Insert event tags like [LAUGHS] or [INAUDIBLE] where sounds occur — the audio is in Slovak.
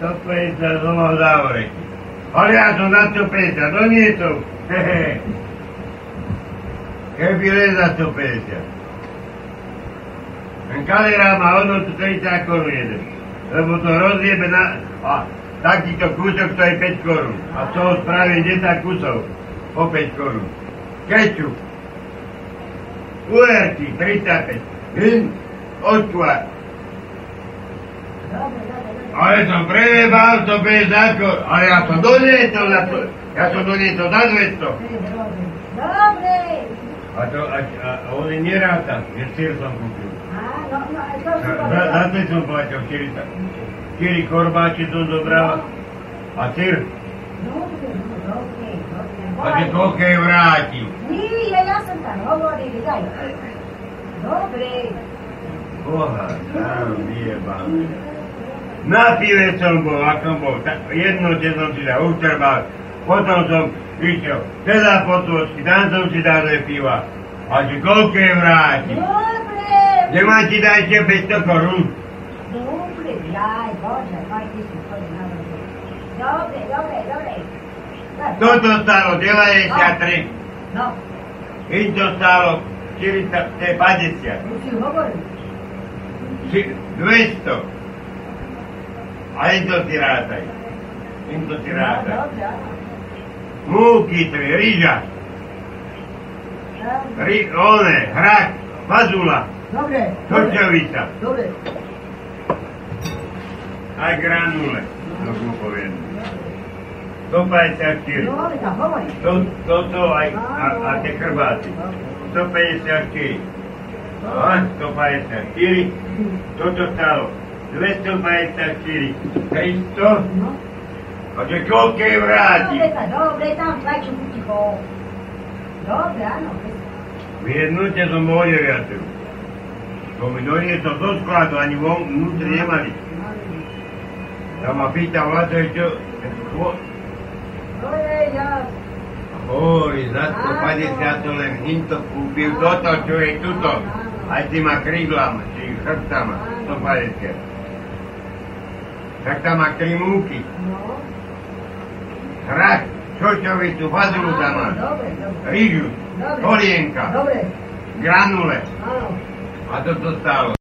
To pensa sono Lauri. Olha, un altro pensa, non è [LAUGHS] tu. Che pireza tu pensa? În care era Maonul, tu tăi te korun Lebo to rozjebe na... A, takýto kúsok to je 5 korún. A z toho spravím 10 kusov po 5 korún. Kečup. Uerky 35. Hin, očkva. Dobre, dobre, dobre. Ale som prejebal to bez zákon. Ale ja som doniesol na to. Ja som doniesol na 200. Dobre, dobre. Dobre. A to, a, a, a on je neráta, že sír som kúpil. Áno, no, a to si Za, za, za povedal. to som platil 40. 4 korbáče som zobral a sír. Dobre, no, dobre, dobre. A že Volaj. koľko je vrátil. Nie, ja som tam hovoril, daj. Dobre. Boha, sám vyjebal. Na pive som bol, ako som bol, ta, jedno tie som si dal utrbal, potom som išiel, teda potôčky, tam som si dal dve piva. A že koľko je vráti? Dobre. Nemá ti dajte 500 korún. Dobre, daj, Bože, daj, ty si to navrhol. Dobre, dobre, dobre. Toto stalo 93, No, to stalo 40, to je 50, už si hovoril. či- 200. A to si rátaj. to si No, rátaj. dobre, áno. Múky, tri, ryža, Dobre. ry, one, hrak, fazula, Dobre. dobre, kočovica. Dobre. Aj granule, to som povedal. 154. Dobre, tam hovorí. To, toto aj, a, a tie krbáty. 154. A, 154. Toto stalo. 254. 300. No. A že koľko je vráti? Dobre, tá, dobre, tam tlačím ticho. Dobre, áno. V jednote som bol deviatý. To mi doniesol do skladu, ani von vnútri nemali. Tam ma pýta Vlado, čo... Chvo- Dobre, ja... Hovorí, za 150 to len nikto kúpil, toto, čo je tuto. Aj týma krídlami, či chrbtama, 150. Tak tam má tri múky, No. hrak, čočovicu, fazulu tam má, Dobre, dobre. rýžu, Dobre. kolienka, Dobre, granule. áno. A toto stalo.